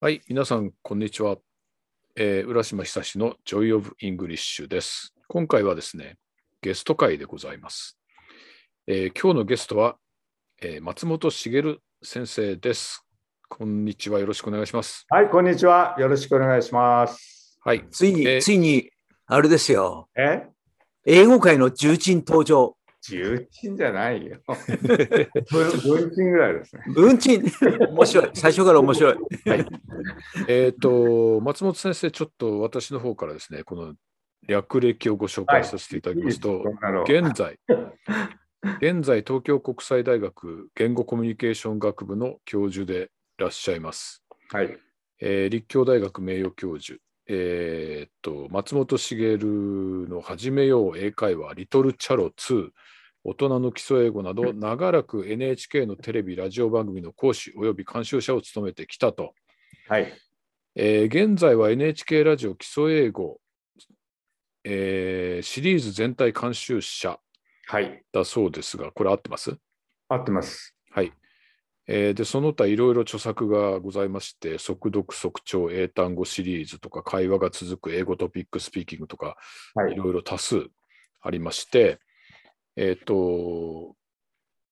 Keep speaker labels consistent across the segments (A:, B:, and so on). A: はい、皆さん、こんにちは。えー浦島久志の Joy of English です。今回はですね、ゲスト会でございます。えー今日のゲストは、えー松本茂先生です。こんにちは。よろしくお願いします。
B: はい、こんにちは。よろしくお願いします。
A: はい。
C: ついに、
A: えー
C: ついに、あれですよ。
B: え
C: 英語界の重鎮登場。
B: 重鎮じゃない よ。重鎮ぐらいですね。
C: うんちん。 面白い。最初から面白い。
A: えっ、と、松本先生、ちょっと私の方からですね、この略歴をご紹介させていただきますと、
B: こんなの
A: 現在、現在、東京国際大学言語コミュニケーション学部の教授でいらっしゃいます。
B: はい。
A: えー立教大学名誉教授、えーっと松本茂の始めよう英会話、リトルチャロ2、大人の基礎英語など、長らく NHK のテレビ、ラジオ番組の講師および監修者を務めてきたと。
B: はい。
A: えー現在は NHK ラジオ基礎英語、えーシリーズ全体監修者
B: はい。
A: だそうですが、これ合ってます
B: 合ってます。
A: はい。えーで、その他いろいろ著作がございまして、速読、速聴、英単語シリーズとか、会話が続く英語トピックスピーキングとか、
B: はいい。
A: ろいろ多数ありまして、えっ、と、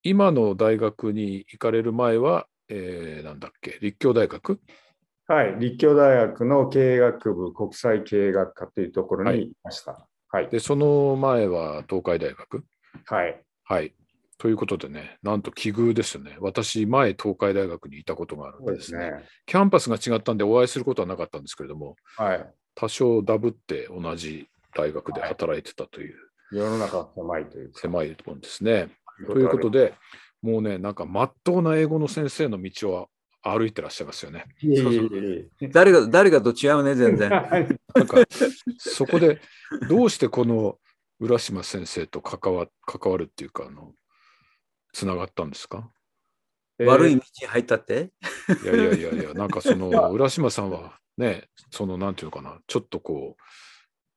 A: 今の大学に行かれる前は、えーなんだっけ、立教大学
B: はい。立教大学の経営学部国際経営学科というところにいました。はい。
A: で、その前は東海大学
B: はい。
A: はい。ということでね、なんと奇遇ですよね。私、前、東海大学にいたことがあるん
B: そう
A: で
B: ですす
A: ね。
B: ね。
A: キャンパスが違ったんでお会いすることはなかったんですけれども、
B: はい。
A: 多少ダブって同じ大学で働いてたという
B: 世の中は狭いというか。
A: 狭いもんですね。ということで、もうね、なんか真っ当な英語の先生の道を歩いてらっしゃいますよね。
B: いえいえいえい
C: 誰が、誰がと違うね、全
B: え。
C: 然。
B: はい
A: なん かそこでどうしてこの浦島先生と関わ関わるっていうか、あのつながったんですか
C: 悪い道に入ったって。
A: いやいやいやい や、なんかその浦島さんはね、そのなんていうのかな、ちょっとこ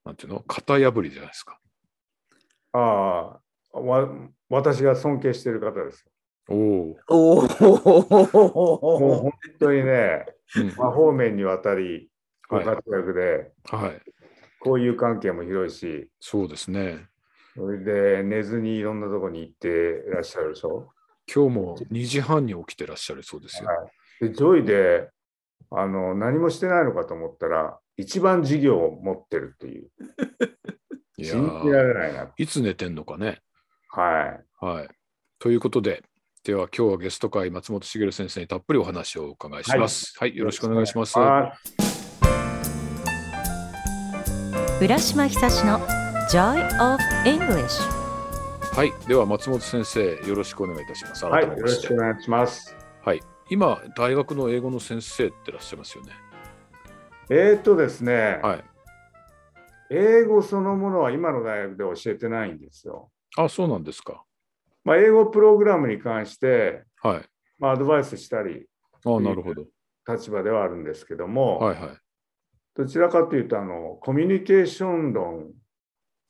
A: う、なんていうの、型破りじゃないですか。
B: ああ。わ私が尊敬している方です。
A: おお、
C: お
B: もう
C: お。
B: 本当にね、
A: うん
B: 真方面にわたりご
A: はい、
B: 活躍で、
A: はい、
B: 交友関係も広いし、
A: そうですね。
B: それで寝ずにいろんなとこに行ってらっしゃるでしょ。
A: 今日も2時半に起きてらっしゃるそうですよ。
B: で、ジョイであの何もしてないのかと思ったら、一番事業を持ってるっていう、
A: いや
B: 信じら
A: ー
B: れないな。
A: いつ寝てんのかね。
B: はい。
A: はい。ということで、では今日はゲスト会、松本茂先生にたっぷりお話をお伺いします。はい、よろしくお願いします。
B: あ
D: 浦島久志の Joy of English
A: はい、では松本先生、よろしくお願いいたします。
B: は
A: 改
B: い、よ
A: め
B: ろ
A: まし
B: してくお願いします。
A: はい、今、大学の英語の先生ってらっしゃいますよね。
B: えー、っとですね、
A: はい。
B: 英語そのものは今の大学で教えてないんですよ。
A: あ、そうなんですか。
B: まあ、英語プログラムに関して、
A: はい。
B: まあ、アドバイスしたり、
A: あ、なるほど。
B: 立場ではあるんですけども、
A: はいはい。
B: どちらかというとあの、コミュニケーション論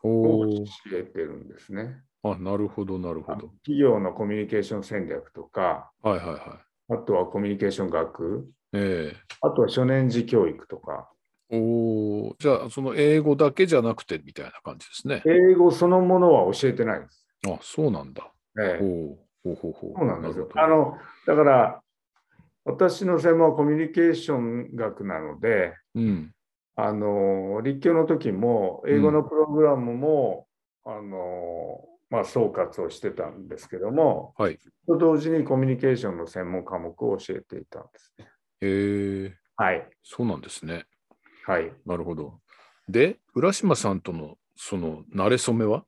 A: お
B: を
A: ー
B: 教えてるんですね。
A: あ、なるほど、なるほど。
B: 企業のコミュニケーション戦略とか、
A: はいはいはい。
B: あとはコミュニケーション学、
A: え
B: あとは初年次教育とか、
A: えおーじゃあ、その英語だけじゃなくてみたいな感じですね。
B: 英語そのものは教えてないんです。
A: あ、そうなんだ。
B: え
A: お
B: え
A: お、ほうほうほう。
B: そうなんですよ
A: る。ほど
B: あのだから、私の専門はコミュニケーション学なので、
A: うん。
B: あの立教の時も、英語のプログラムも、あのまあ、総括をしてたんですけども、
A: はい
B: と同時にコミュニケーションの専門科目を教えていたんですね。
A: えー、
B: はい、
A: そうなんですね。
B: はい。
A: なるほど。で、浦島さんとのその慣れ初めは、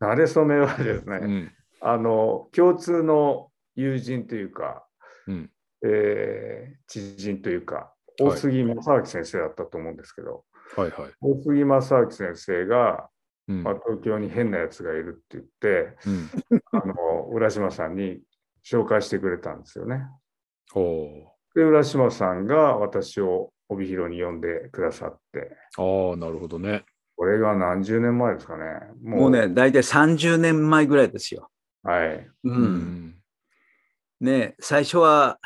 B: 慣れ初めはですね、
A: うん。
B: あの共通の友人というか、
A: うん。
B: えー知人というか、
A: はい
B: 大杉正明先生だったと思うんですけど、
A: はいはい。
B: 大杉正明先生が、
A: うん
B: まあ、。東京に変なやつがいるって言って、
A: うん、
B: あの浦島さんに紹介してくれたんですよね。
A: おお
B: で、浦島さんが私を帯広に呼んでくださって、
A: ー。ああ、なるほどね。
B: これが何十年前ですかね。も
C: もうね、大体30年前ぐらいですよ。
B: はい。
C: う。。
A: うん
C: ね最初は、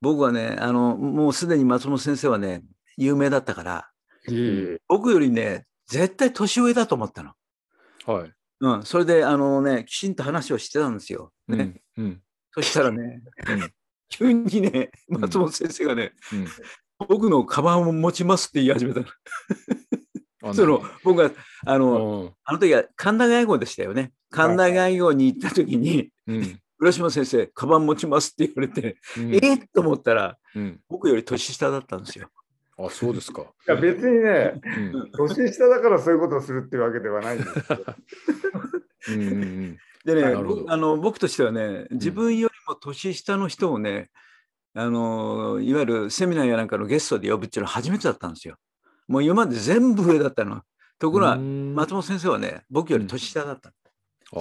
C: 僕はね、あの、もうすでに松本先生はね、有名だったから、
B: いい
C: 僕よりね、絶対年上だと思ったの。
A: はい。
C: うん、それで、あのね、きちんと話をしてたんですよ。ね。
A: うん。うん。
C: そしたらね
A: うん、
C: 急にね、
A: うん
C: 松本先生がね、
A: うん
C: 僕のカバンを持ちますって言い始めたの。
A: あ
C: その、僕が、あ
A: う
C: の、
A: ん。
C: あの時は神田外語でしたよね。神田外語に行った時に、
A: うん。
C: 浦島先生、カバン持ちますって言われて、
A: うん
C: えっと思ったら、
A: うん。
C: 僕より年下だったんですよ。
A: あ、そうですか。
B: や別にね、
A: うん。うん
B: 年下だからそういうことをするっていうわけではないん ですけど。
A: うんうん。
C: でね、
A: なるほど
C: 僕あの僕としてはね、自分よりも年下の人をね、あのいわゆるセミナーやなんかのゲストで呼ぶっていうのは初めてだったんですよ。もう今まで全部上だったの。ところが、
A: 松
C: 松本先生はね、僕より年下だった。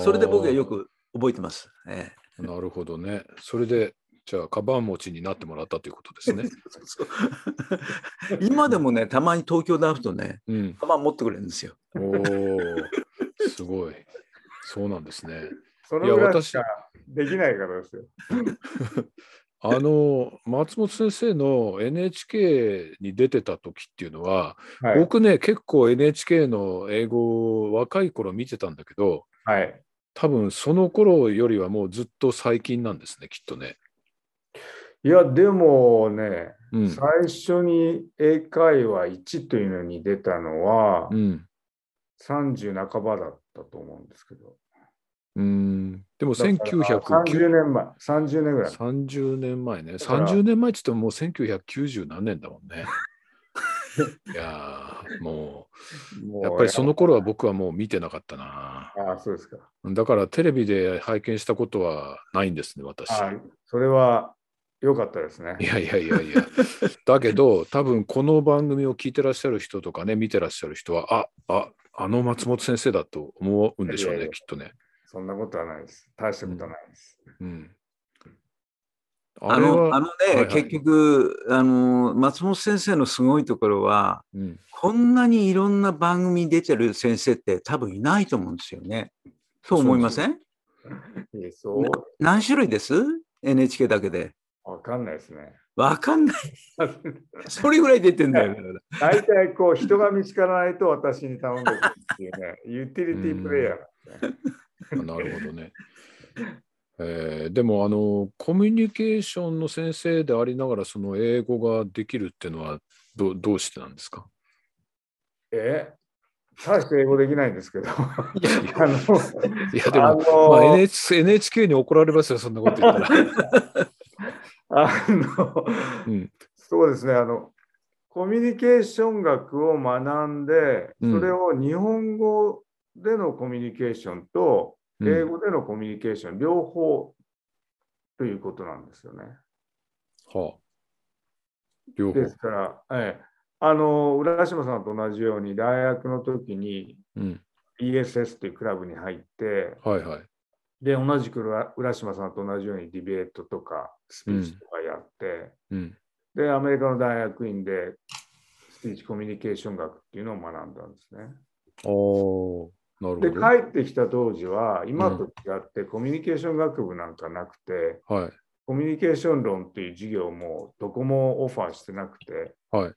C: それで僕はよ。く覚えてます。ええ
A: あーなるほどね。それで、じゃあ、カバン持ちになってもらったということですね。
C: 今でもね、たまに東京で会うとね、
A: うん。
C: カバン持ってくれるんですよ。
A: おーすごい。そうなんですね。
B: その
A: いや
B: ぐらい
A: 私
B: しかできないからですよ。
A: あの、松本先生の NHK に出てた時っていうのは、
B: はい。
A: 僕ね、結構 NHK の英語を若い頃見てたんだけど、
B: はい、
A: 多分その頃よりはもうずっと最近なんですね、きっとね。
B: いや、でもね、
A: うん。
B: 最初に英会話1というのに出たのは、
A: うん。
B: 30半ばだったと思うんですけど。
A: うん、でも
B: だから30
A: 1990
B: 年前、30年ぐらい。
A: 30年前ね。
B: から
A: 30年前って言ってももう1990何年だもん ね。いやーもう
B: もう
A: やっぱりその頃は僕はもう見てなかったな。
B: ああ、そうですか。
A: だからテレビで拝見したことはないんですね、私。
B: あそれは良かったですね
A: い。やいやいやいや。だけど、多分この番組を聞いてらっしゃる人とかね、見てらっしゃる人は、あああの松本先生だと思うんでしょう
B: いや
A: ね、
B: いや
A: きっとね。
B: そんなことはないです。大したことはないです。
A: うん。
C: あ
A: れ
C: の
A: は
C: あのね、
A: はいはい
C: 結局あの、松本先生のすごいところは、
A: うん、
C: こんなにいろんな番組に出てる先生って多分いないと思うんですよね。そう思いません
B: えーそう
C: ね何種類です ?NHK だけで。
B: わかんないですね。
C: わかんない。 それぐらい出てんだよ。だから
B: 大体こう人が見つからないと私に頼んでくるっていう ね、ユーティリティプレイヤーなんですね。
A: あなるほどね。えーでもあのコミュニケーションの先生でありながらその英語ができるっていうのはどどうしてなんですか
B: え大して英語できないんですけど。あ
A: いやいや
B: の
A: いやで
B: あ
A: も、まあ、
B: の
A: NHK, NHK に怒られますよそんなこと言った ら。
B: あの
A: うん
B: そうですね、あの、コミュニケーション学を学んで、
A: うん
B: それを日本語でのコミュニケーションと、
A: うん
B: 英語でのコミュニケーション、両方ということなんですよね。
A: はあ、両方
B: で。すから、ええ、あの浦島さんと同じように、大学の時に
A: うん、
B: ESS というクラブに入って、
A: はいはい。
B: で、同じく浦浦島さんと同じようにディベートとかスピーチとかやって、
A: うん
B: で、アメリカの大学院でスピーチコミュニケーション学っていうのを学んだんですね。
A: あーな
B: で、
A: るほど。
B: 帰ってきた当時は、今と違ってコミュニケーション学部なんかなくて、
A: はい
B: コミュニケーション論っていう授業もどこもオファーしてなくて、
A: はい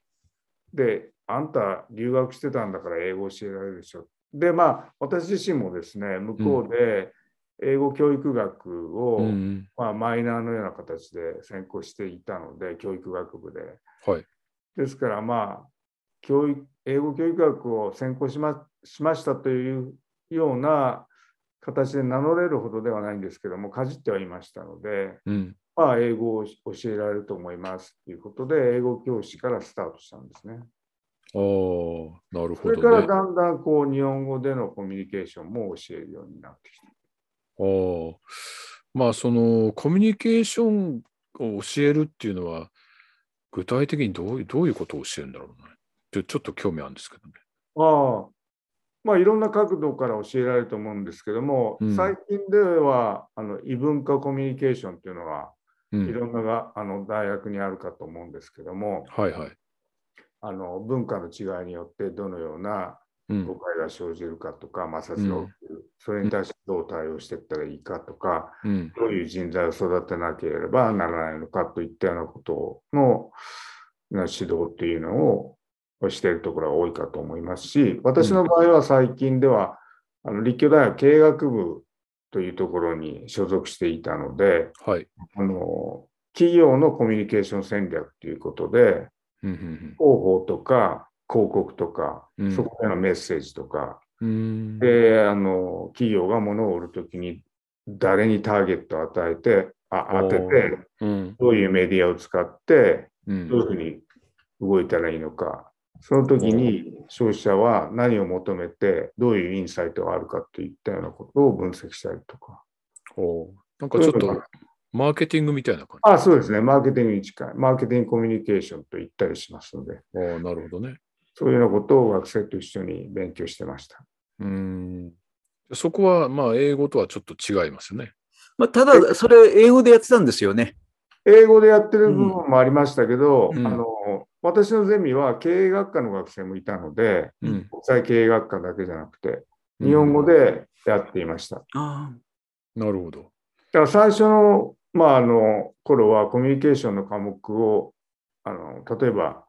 B: で、あんた留学してたんだから英語教えられるでしょ。で、まあ、私自身もですね、向こうで英語教育学を、
A: うん
B: まあ、マイナーのような形で専攻していたので、教育学部で。
A: はい
B: ですから、まあ、教育英語教育学を専攻しましましたというような形で名乗れるほどではないんですけども、かじってはいましたので、
A: うん
B: まあ、英語を教えられると思いますということで、英語教師からスタートしたんですね。
A: あーなる
B: そ
A: ほ
B: れから
A: どね。
B: だんだんこう日本語でのコミュニケーションも教えるようになってきた。
A: ああ、まあそのコミュニケーションを教えるっていうのは具体的にどういうどういうことを教えるんだろうね。ちょちょっと興味あるんですけどね。
B: ああまあ、いろんな角度から教えられると思うんですけども、
A: うん
B: 最近ではあの異文化コミュニケーションというのは、
A: うん
B: いろんながあの大学にあるかと思うんですけども、
A: はいはい。
B: あの文化の違いによってどのような
A: うん
B: 誤解が生じるかとか、摩擦が起きる、それに対してどう対応していったらいいかとか、
A: うん
B: どういう人材を育てなければならないのかといったようなことのの指導っていうのをしているところが多いかと思いますし、私の場合は最近では、あの立教大学経営学部というところに所属していたので、
A: はい。
B: あの企業のコミュニケーション戦略ということで、
A: うんうん
B: 広報とか広告とか
A: うん、
B: そこへのメッセージとか、
A: うん。
B: であの企業が物を売るときに誰にターゲットを与えて、あ当て
A: お
B: て
A: ー、うん。
B: どういうメディアを使って、
A: う。
B: どういうんふうに動いたらいいのか、その時に消費者は何を求めて、どういうインサイトがあるかといったようなことを分析したりとか。
A: おーなんかちょっ
B: そういうの
A: と、マーケティングみたいな感
B: あそうですね、マーケティングに近い、マーケティングコミュニケーションと言ったりしますので、
A: じ。ああ、なるほどね。
B: そういうようなことを学生と一緒に勉強してました。
A: うん。そこは、まあ、英語とはちょっと違いますよね。
C: まあ、ただ、それ英語でやってたんですよね。
B: 英語でやってる部分もありましたけど、
A: うん
B: あの私のゼミは経営学科の学生もいたので、
A: うん。
B: 国際経営学科だけじゃなくて、日本語でやっていました。
C: あ
A: なるほど。
B: だから最初の,、まああの頃はコミュニケーションの科目をあの例えば、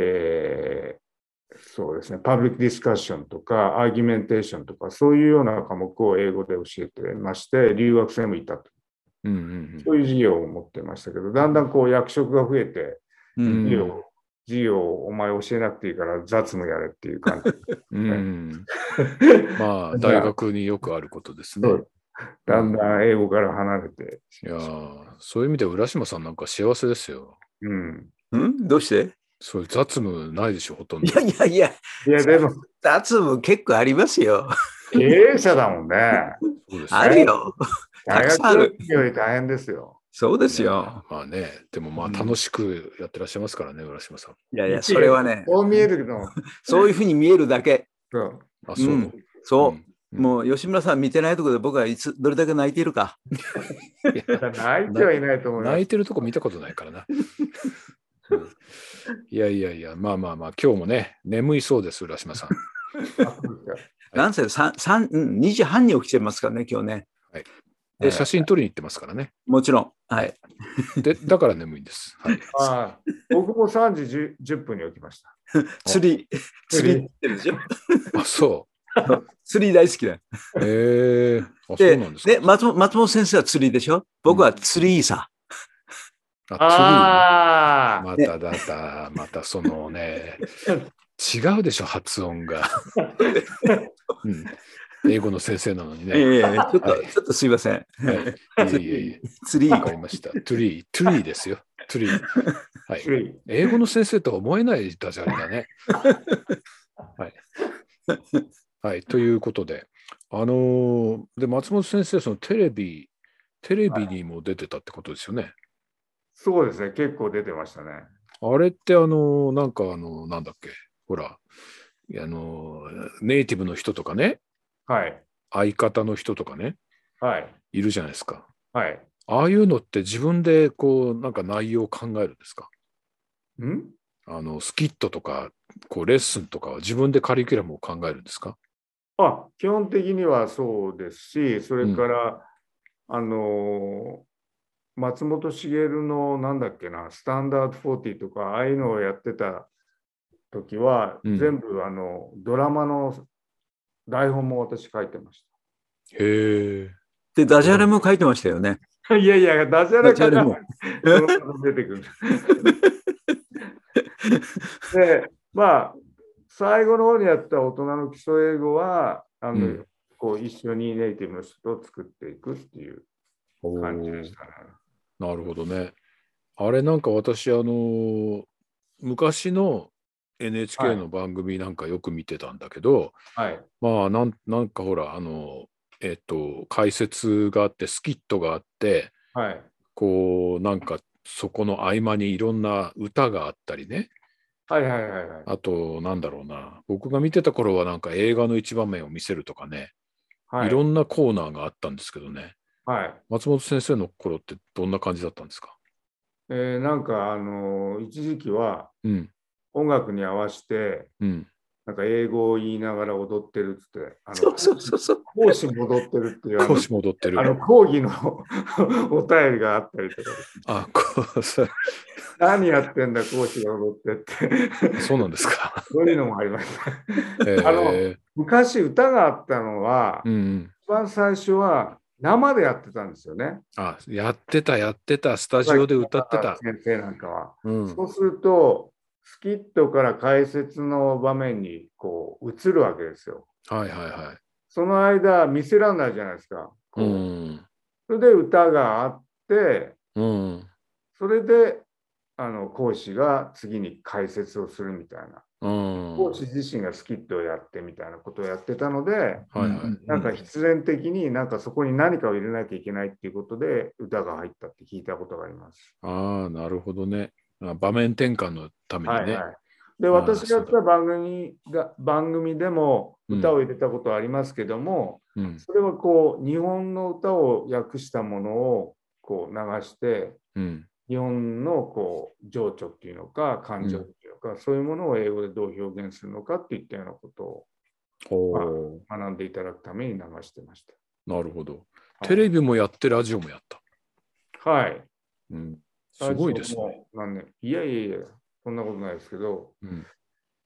B: えーそうですね、パブリックディスカッションとか、アーギュメンテーションとか、そういうような科目を英語で教えてまして、留学生もいたと、
A: うんうん
B: そういう授業を持ってましたけど、だんだんこう役職が増えて、
C: う
A: うん
C: ん。
B: 授業を授業をお前教えなくていいから雑務やれってい う感じ。
A: うん。うん。まあ、
B: じゃあ
A: 大学によくあることですね
B: そ。うだんだん英語から離れてし
A: い
B: ま
A: や
B: いました
A: ーそういう意味では浦島さんなんか幸せですよ。
B: うん、
C: うんどうして
A: そういう雑務ないでしょ、ほとん
C: い
A: ど。
C: やいやいや、
B: いや、でも
C: 脱務結構ありますよ。
B: 経営者だ もんね。
A: そうですね
C: あるよ。た
B: 大学
C: くさんある
B: より大変ですよ。
C: そうですよ。
A: まあね、でもまあ
C: うん
A: 楽しくやってらっしゃいますからね、浦島さん。
C: いやいや、それはね、
B: こう見えるけど、
C: そういうふうに見えるだけ。
B: そう
A: あ、そう。
C: うんそう。
A: うん
C: もう吉村さん見てないところで僕はいつどれだけ泣いているか。
B: 泣いてはいないと思いま
A: 泣
B: す
A: い。てるとこ見たことないからな。うんいやいやいや、まあまあまあ、今日もね、眠いそうです、浦島さん。い
C: なんせ三三うん2時半に起きてますからね、今日ね。
A: で、
C: えー
A: 写真撮りに行ってますからね。
C: もちろん。はい。
A: で、だから眠いんです。はい。
B: ああ僕も3時 10, 10分に起きました。
C: 釣り、釣
B: 釣
C: り
B: り
C: 行ってるでしょ。
A: あ、そ
C: 釣り大好きだよ。
A: う。ええあ、そう
C: で
A: なんです
C: で
A: か。
C: 松本、松本先生は釣りでしょ。僕は釣りさ。
A: あ、
B: あ
A: 釣りねまただだ、またそのね、違うでしょ、発音 が。うん、英語の先生なのにね。
C: ええちょっと、
A: はい
C: ちょっとすいません。
A: はい、いえいえいえ。
C: 釣り
A: わかりました。トゥリー、トゥリーですよ。トゥリー。は
B: あ、
A: い。英語の先生とは思えないダジャレだね。はい。はい。ということで、あのーで、松本先生、そのテレビ、テレビにも出てたってことですよね。
B: そうですね、結構出てましたね。
A: あれって、あのーなんか、あのーなんだっけ、ほら、あのーネイティブの人とかね、
B: はい、
A: 相方の人とかね、
B: はい、
A: いるじゃないですか。
B: はい。
A: ああいうのって自分でこう、なんか内容を考えるんですか
B: ん
A: あのスキットとかこうレッスンとかは自分でカリキュラムを考えるんですか
B: あ基本的にはそうですし、それから、あのー松本茂のなんだっけな、スタンダード40とか、ああいうのをやってた時は、
A: うん
B: 全部あのドラマの台本も私書いてまし
A: へえ。
C: で、ダジャレも書いてましたよね。
B: た。 いやいや、ダジャレか
C: ダ
B: ら
C: ジ
B: ドラマも出てくる。で、まあ、最後の方にやった大人の基礎英語は、あの
A: うん
B: こう一緒にネイティブの人と作っていくっていう。感じでしたね。
A: なるほどね。あれなんか私あのー昔の NHK の番組なんかよく見てたんだけど、
B: はい。
A: まあなんなんかほらあのえっと解説があってスキットがあって
B: はい。
A: こうなんかそこの合間にいろんな歌があったりね
B: はいはいはいはい。
A: あと、なんだろうな、僕が見てた頃は、なんか映画の一場面を見せるとかね、、
B: はいい。
A: ろんなコーナーがあったんですけどね、
B: はい。
A: 松本先生の頃ってどんな感じだったんですか
B: えーなんか、あのー一時期は
A: うん、
B: 音楽に合わせて、
A: うん、
B: なんか英語を言いながら踊ってるっつって、あ
C: そうそうそうそう。
B: 講師戻ってるっていう、あ
A: 講
B: の
A: 師戻ってる。
B: あの講義の お便りがあったりとか、
A: あ、こうそう
B: 何やってんだ、講師が踊ってって、
A: そうなんです か。
B: そういうのもありました。
A: え
B: あの
A: ー
B: 昔、歌があったのは、
A: うんうん。
B: 一番最初は生でやってたんですよね。
A: あ、やってた、やってた、スタジオで歌ってた。
B: 先生なんかは。
A: うん
B: そ。うすると、スキットから解説の場面にこう移るわけですよ。
A: はいはいは
B: その間、見せられないじゃないですか。
A: い。う。
B: こうんそれで歌があって、
A: うん。
B: それであの講師が次に解説をするみたいな、
A: うん。
B: 講師自身がスキットをやってみたいなことをやってたので、
A: はいはい。
B: なんか必然的になんかそこに何かを入れなきゃいけないっていうことで歌が入ったって聞いたことがあります。
A: ああ、なるほどね。あ場面転換のため
B: はい
A: に
B: は
A: ね。
B: い
A: あ、
B: で
A: あー
B: 私がやっ
A: そう
B: た番組が番組でも歌を入れたことはありますけども、
A: うん
B: それはこう日本の歌を訳したものをこう流して
A: うん。
B: 日本のこう情緒っていうのか感情っていうのか、そういうものを英語でどう表現するのかっていったようなことを
A: ほ
B: まあ
A: う。
B: 学んでいただくために流してました。
A: なるほど。テレビもやって、ラジオもやった。
B: はい。
A: うん。すごいです
B: ラジオ
A: ね。
B: も何年いやいやいや、そんなことないですけど、
A: うん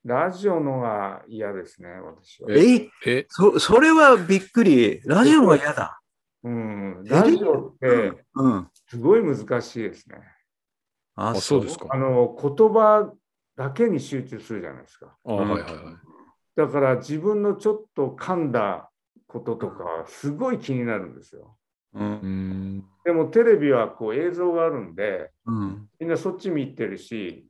B: ラジオのが嫌ですね、私は。
C: え
A: え、
C: そそれはびっくり。ラジオは嫌だ。
B: うん、
C: テレ
B: ラ
C: ビ
B: ジオっ
C: うん
B: て
C: うん。
B: すごい難しいですね。
C: あ
A: あ、そうですか。
B: あ
A: あ
B: の言葉だけに集中するじゃないですか。
A: あ、はいはいはい。
B: だから自分のちょっと噛んだこととか、すごい気になるんですよ。
C: う。
A: うんん。
B: でもテレビはこう映像があるんで、
C: うん。
B: みんなそっち見てるし、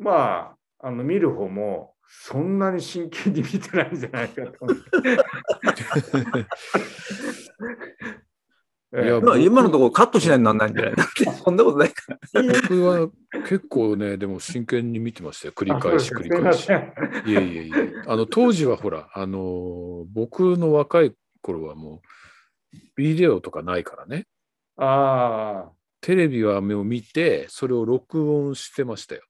B: まあ、あの見る方もそんなに真剣に見てないんじゃないかと思って。
A: いや
B: え
C: まあ今のところカットしないとなんないんじゃないだってそんなことないか
A: 僕は結構ね、でも真剣に見てましたよ。繰
B: え
A: り返し
B: あそう
A: 繰り
B: です
A: 返し。
B: すいません
A: いえいえいえ。あの、当時はほら、あのー、僕の若い頃はもう、ビデオとかないからね。
B: ああ、
A: テレビは目を見て、それを録音してましたよ。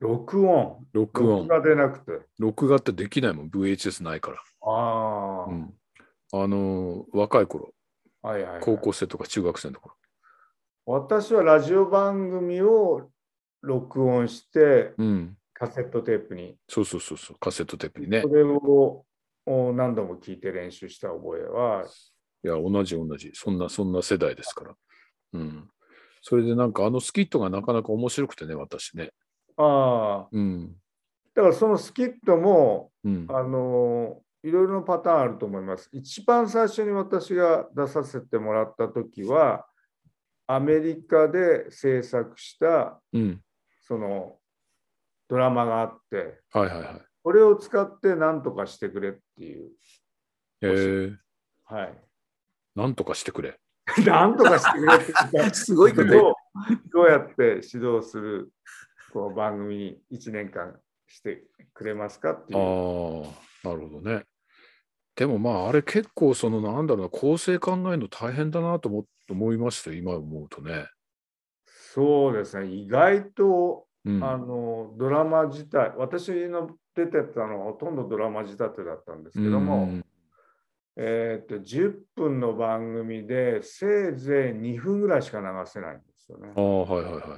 B: 録音。
A: 録
B: 録
A: 音。
B: 画でなくて。
A: 録画ってできないもん、VHS ないから。
B: ああ、
A: うん、あのー若い頃、
B: はいはいはい、
A: 高校生とか中学生の頃。
B: 私はラジオ番組を録音して、
A: うん。
B: カセットテープに。
A: そうそうそうそう、カセットテープにね
B: そ。れをお何度も聞いて練習した覚えは、
A: いや、同じ同じ。そんな、そんな世代ですから。うん。それでなんかあのスキットがなかなか面白くてね、私ね。
B: ああ、
A: うん。
B: だからそのスキットも、
A: うん。
B: あのいろいろなパターンあると思います。一番最初に私が出させてもらった時は、アメリカで制作した
A: うん。
B: そのドラマがあって、
A: はいはいはい。
B: これを使って何とかしてくれっていう。
A: えー、
B: はい。
A: なんとかしてくれ。
B: 何とかしてくれって言っ
C: ら。すごい
B: た
C: こ
B: け
C: と言う
B: ど、どうやって指導するこう番組に1年間してくれますかって
A: ああ
B: いう。、
A: なるほどね。でもまあ、あれ結構、その、なんだろうな、構成考えるの大変だなと思思いましたよ、今思うとね。
B: そうですね。意外と
A: うん。
B: あのドラマ自体、私の出てたのはほとんどドラマ仕立てだったんですけど
A: う
B: も、
A: ん
B: えーっと10分の番組でせいぜい2分ぐらいしか流せないんですよね
A: あ。あ、はいはいはいは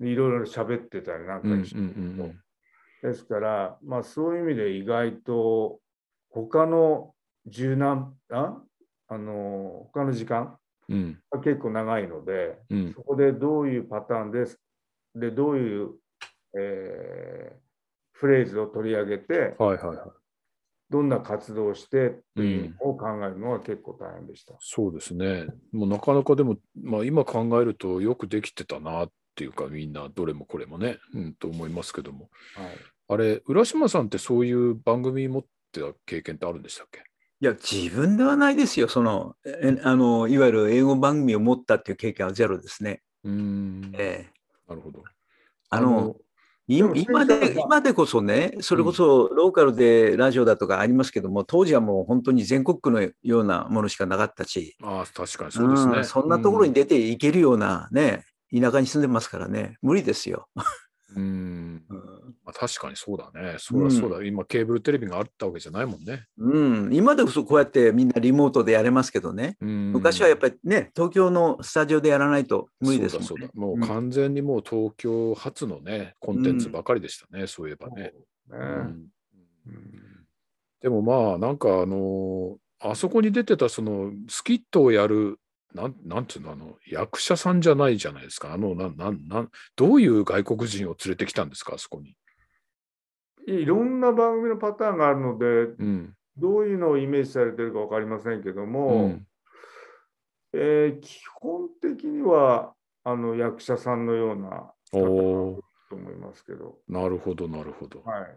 A: い。
B: でいろいろ喋ってたりなん
A: う
B: か
A: んうん
B: してると
A: うんうん
B: ですから、まあ、そういう意味で意外と他の柔軟ああの他の時間
A: うん
B: が結構長いので、
A: うん
B: そこでどういうパターンですでどういう、えーフレーズを取り上げて
A: はいはいはい。
B: どんな活動をしてっていうのを考えるのは結構大変でした。
A: そうですね。もうなかなかでも、まあ、今考えるとよくできてたなっていうか、みんなどれもこれもね、うん、と思いますけども。
B: はい
A: あれ、浦島さんってそういう番組持ってた経験ってあるんでしたっけ
C: いや、自分ではないですよ。その、えあの、いわゆる英語番組を持ったっていう経験はゼロですね。
A: うーん。なる
C: ええ。
A: ほど。
C: あの、い
B: でも
C: 今
B: 先
C: で、
B: 生は
C: 今でこそね、それこそローカルでラジオだとかありますけども、当時はもう本当に全国区のようなものしかなかったし、
A: ああ、確かにそうですね。
C: んそんなところに出ていけるようなね、田舎に住んでますからね、無理ですよ。
A: うん。うんまあ確かにそうだね。そうだ
C: うん
A: そうだ、今ケーブルテレビがあったわけじゃないもんね。
C: うん、今でこそこうやってみんなリモートでやれますけどね、
A: うん
C: 昔はやっぱりね、東京のスタジオでやらないと無理ですもんね。
A: そうだそうだ。もう完全にもう東京発のね、コンテンツばかりでしたね、そういえばね。うん
B: うん
A: でもまあ、なんかあのーあそこに出てたそのスキットをやる、なんなんていうの、あの、役者さんじゃないじゃないですか。あの、なん、なん、なん、どういう外国人を連れてきたんですか、あそこに。
B: いろんな番組のパターンがあるので、
A: うん。
B: どういうのをイメージされてるか分かりませんけど
A: う
B: も、
A: ん、
B: えー基本的にはあの役者さんのような
A: おお
B: と思いますけど、
A: ーなるほど、なるほど。
B: はい、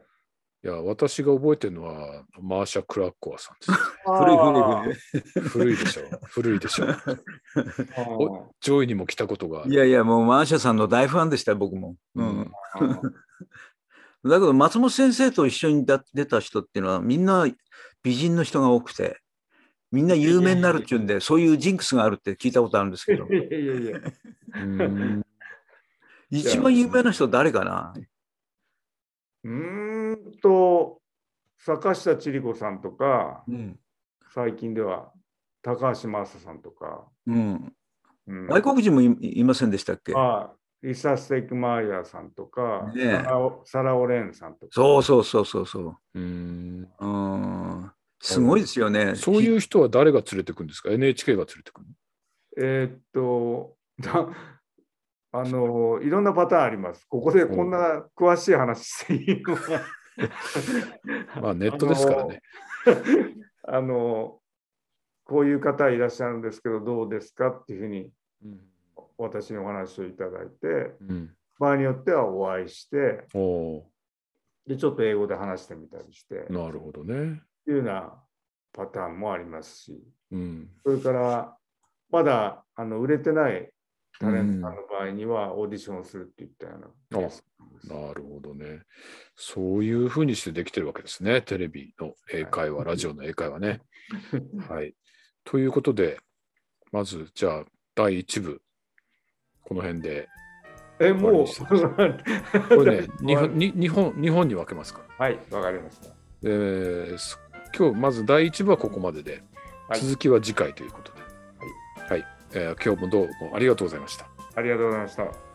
A: いや、私が覚えてるのは、マーシャ・クラッコアさんです。
C: 古
A: 古い
C: い古い
A: でしょ う。古いでしょう。
B: 古い
A: 上位にも来たことがあ
C: 古い。い
A: る。
C: やいや、もうマーシャさんの大ファンでしたよ、僕も。う
A: うんん、
C: だけど、松本先生と一緒にだ出た人っていうのは、みんな美人の人が多くて、みんな有名になるっていうんで、そういうジンクスがあるって聞いたことあるんです けど
B: い、やいやいや、
A: うん
C: 一番有名な人誰かな
B: うーんと、坂下千里子さんとか、
C: うん。
B: 最近では高橋真麻さんとか、
C: うん、
B: うん
C: 外国人もいいませんでしたっけ
B: はいリサ・ステックマイヤーさんとか、
C: ねえ
B: サラオサラ・オレーンさんとか、
C: そうそうそうそうそう。
A: うん
C: うんすごいですよね。
A: そういう人は誰が連れてくんですか ?NHK が連れてくる
B: えーっと、 だあのいろんなパターンあります。ここでこんな詳しい話していいのか
A: の まあネットですからね。
B: あのこういう方いらっしゃるんですけどどうですかっていうふうに私にお話をいただいて
A: うん
B: 場合によってはお会いして
A: おお
B: でちょっと英語で話してみたりして
A: ーなるほどね。
B: いうようなパターンもありますし
A: うん
B: それからまだあの売れてないタレントさんの場合にはオーディションをするっていったようなケースもあります、
A: なるほどね。そういうふうにしてできてるわけですね。テレビの英会話、ラジオの英会話 ね。はい。ということで、まずじゃあ第1部、この辺で。
B: えもう
A: わ これね、日本に日本日本に分けますから。
B: はいわかりました
A: えーす今日まず第1部はここまでで、
B: はい
A: 続きは次回ということで、はいえー今日もどうもありがとうございました。
B: ありがとうございました。